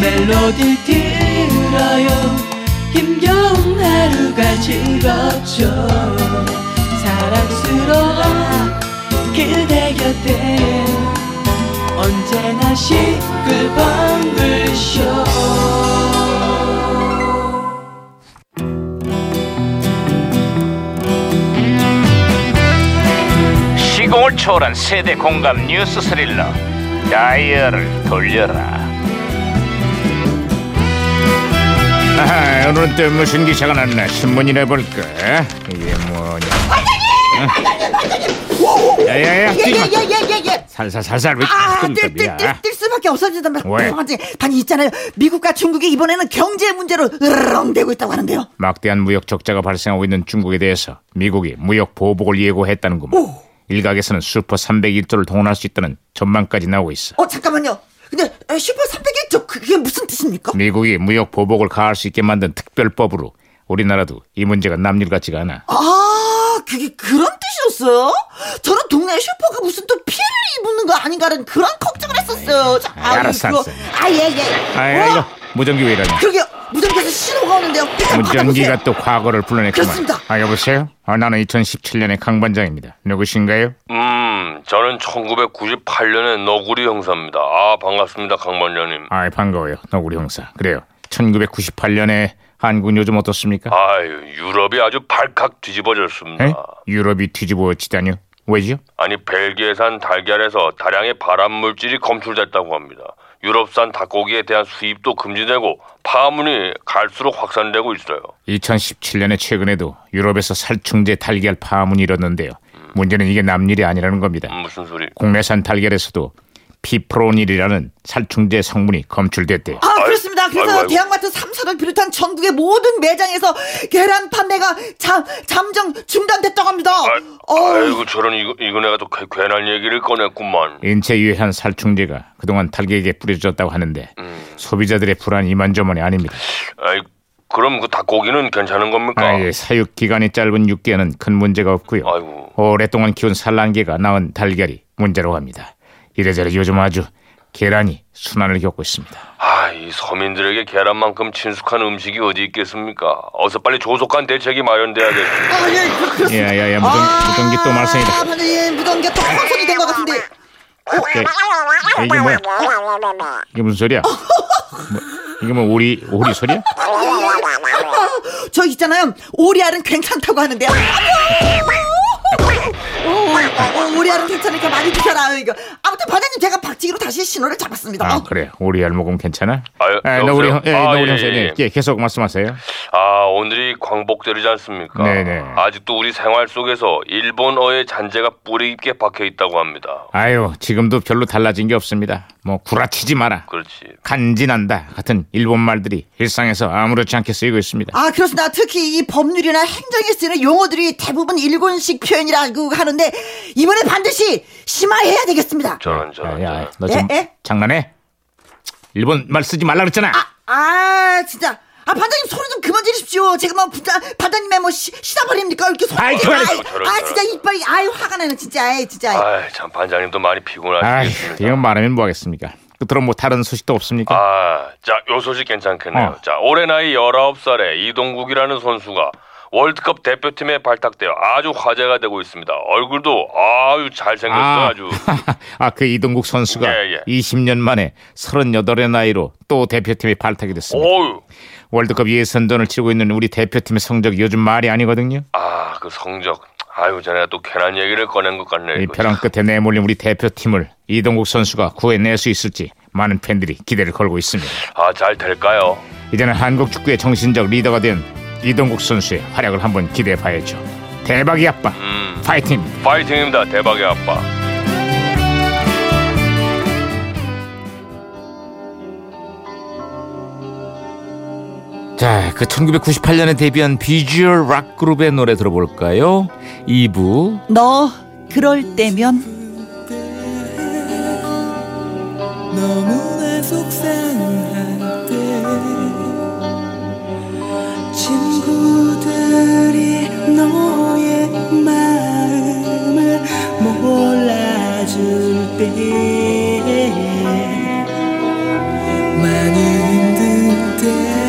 어딜 들어요 힘겨운 하루가 즐겁죠 사랑스러운 그대 곁에 언제나 시끌벅글쇼 시공을 초월한 세대 공감 뉴스 스릴러 다이얼을 돌려라 아하, 오늘은 또 무슨 기사가 났나 신문이나 볼까 이게 뭐냐 야야야 뛰지마 예, 예예예예예예. 살살 살살 왜 아, 자꾸 뜰, 뜰, 뜰, 깜짝이야 뜰 수밖에 없어지다 왜? 아니 있잖아요. 미국과 중국이 이번에는 경제 문제로 으렁대고 있다고 하는데요. 막대한 무역 적자가 발생하고 있는 중국에 대해서 미국이 무역 보복을 예고했다는구만 일각에서는 슈퍼 301조를 동원할 수 있다는 전망까지 나오고 있어 어 잠깐만요. 근데 에, 슈퍼 301조 그게 무슨 뜻입니까? 미국이 무역 보복을 가할 수 있게 만든 특별법으로 우리나라도 이 문제가 남일 같지가 않아. 아 그게 그런 뜻이었어요? 저는 동네 슈퍼가 무슨 또 피해를 입는 거 아닌가라는 그런 걱정을 했었어요. 자, 아유, 알았어, 그거- 알았어. 아 예예. 어? 아, 이거 무전기 왜 이러냐? 그러게 무전기에서 신호가 오는데요. 일단 받아보세요. 무전기가 또 과거를 불러냈구만. 그렇습니다. 아 여보세요? 아 나는 2017년의 강 반장입니다. 누구신가요? 음, 저는 1998년에 너구리 형사입니다. 아, 반갑습니다, 강반장님. 아 반가워요, 너구리 형사. 그래요. 1998년에 한국은 요즘 어떻습니까? 아유, 유럽이 아주 발칵 뒤집어졌습니다. 에? 유럽이 뒤집어지다니요? 왜죠? 아니, 벨기에산 달걀에서 다량의 발암물질이 검출됐다고 합니다. 유럽산 닭고기에 대한 수입도 금지되고 파문이 갈수록 확산되고 있어요. 2017년에 최근에도 유럽에서 살충제 달걀 파문이 일었는데요. 문제는 이게 남일이 아니라는 겁니다. 음, 무슨 소리? 국내산 달걀에서도 피프로닐이라는 살충제 성분이 검출됐대요. 아 그렇습니다. 그래서 아이고, 아이고. 대형마트 3사를 비롯한 전국의 모든 매장에서 계란 판매가 잠 잠정 중단됐다고 합니다. 아, 어, 아이고, 저런 이거 이거네가 또 괴- 괜한 얘기를 꺼냈구만. 인체 유해한 살충제가 그동안 달걀에게 뿌려졌다고 하는데 소비자들의 불안 이만저만이 아닙니다. 아이, 그럼 그 닭고기는 괜찮은 겁니까? 아, 예, 사육 기간이 짧은 6개는 큰 문제가 없고요. 아이고. 오랫동안 키운 산란계가 낳은 달걀이 문제라고 합니다. 이래저래 요즘 아주 계란이 순환을 겪고 있습니다. 아, 이 서민들에게 계란만큼 친숙한 음식이 어디 있겠습니까? 어서 빨리 조속한 대책이 마련돼야 돼. 아, 예, 그- 그렇습니다. 야야야 무전, 무전기 또 말썽이다. 아, 근데 예, 무전기가 또 혼선이 된 것 같은데. 예, 이게 뭐야? 이게 무슨 소리야? 뭐, 이게 뭐 오리 오리 소리야? 저 있잖아요. 오리알은 괜찮다고 하는데. 아, 뭐! 오, 오, 오리알은 괜찮으니까 많이 드셔라. 이거. 아무튼 반장님 제가 박치기로 다시 신호를 잡았습니다. 아 어. 그래 오리 알목은 괜찮아? 아유, 아, 여보세요? 너구리 형, 예, 아, 너구리 예, 형사, 예, 예, 예. 예, 계속 말씀하세요. 아, 오늘이 광복절이지 않습니까? 네네. 아직도 우리 생활 속에서 일본어의 잔재가 뿌리 깊게 박혀 있다고 합니다. 아유, 지금도 별로 달라진 게 없습니다. 뭐 구라치지 마라, 그렇지. 간지난다 같은 일본 말들이 일상에서 아무렇지 않게 쓰이고 있습니다. 아 그렇습니다. 특히 이 법률이나 행정에 쓰이는 용어들이 대부분 일본식 표현이라고 하는데 이번에 반드시 심화해야 되겠습니다. 저런 저런. 아, 네. 야, 저런. 야, 너 지금 예, 예? 장난해? 일본 말 쓰지 말라 그랬잖아. 아 진짜. 아 반장님 소리 좀 그만 지르십시오. 제가 뭐 부자, 반장님의 뭐 시, 시다버립니까 이렇게 소리. 아이, 지르- 그만. 아이, 저런, 아 저런. 진짜 이빨이 아유 화가 나네 진짜. 아이 진짜. 아이, 참 반장님도 많이 아휴, 피곤하시겠습니다. 이건 말하면 뭐하겠습니까? 끝으로 뭐 다른 소식도 없습니까? 아, 자, 요 소식 괜찮겠네요. 어. 자, 올해 나이 19살에 이동국이라는 선수가 월드컵 대표팀에 발탁되어 아주 화제가 되고 있습니다. 얼굴도 아유 잘생겼어 아주. 아, 그 이동국 선수가 예, 예. 20년 만에 38의 나이로 또 대표팀에 발탁이 됐습니다. 오유. 월드컵 예선전을 치르고 있는 우리 대표팀의 성적이 요즘 말이 아니거든요. 아, 그 성적. 아유, 자네가 또 괜한 얘기를 꺼낸 것 같네. 이 이거. 벼랑 끝에 내몰린 우리 대표팀을 이동국 선수가 구해낼 수 있을지 많은 팬들이 기대를 걸고 있습니다. 아, 잘 될까요? 이제는 한국 축구의 정신적 리더가 된 이동국 선수의 활약을 한번 기대해 봐야죠. 대박이 아빠 파이팅! 파이팅입니다. 대박의 아빠. 자, 그 1998년에 데뷔한 비주얼 락 그룹의 노래 들어볼까요? 2부 너 그럴 때면 너무나 속상할 때 친구들이 너의 마음을 몰라줄 때 많이 힘들 때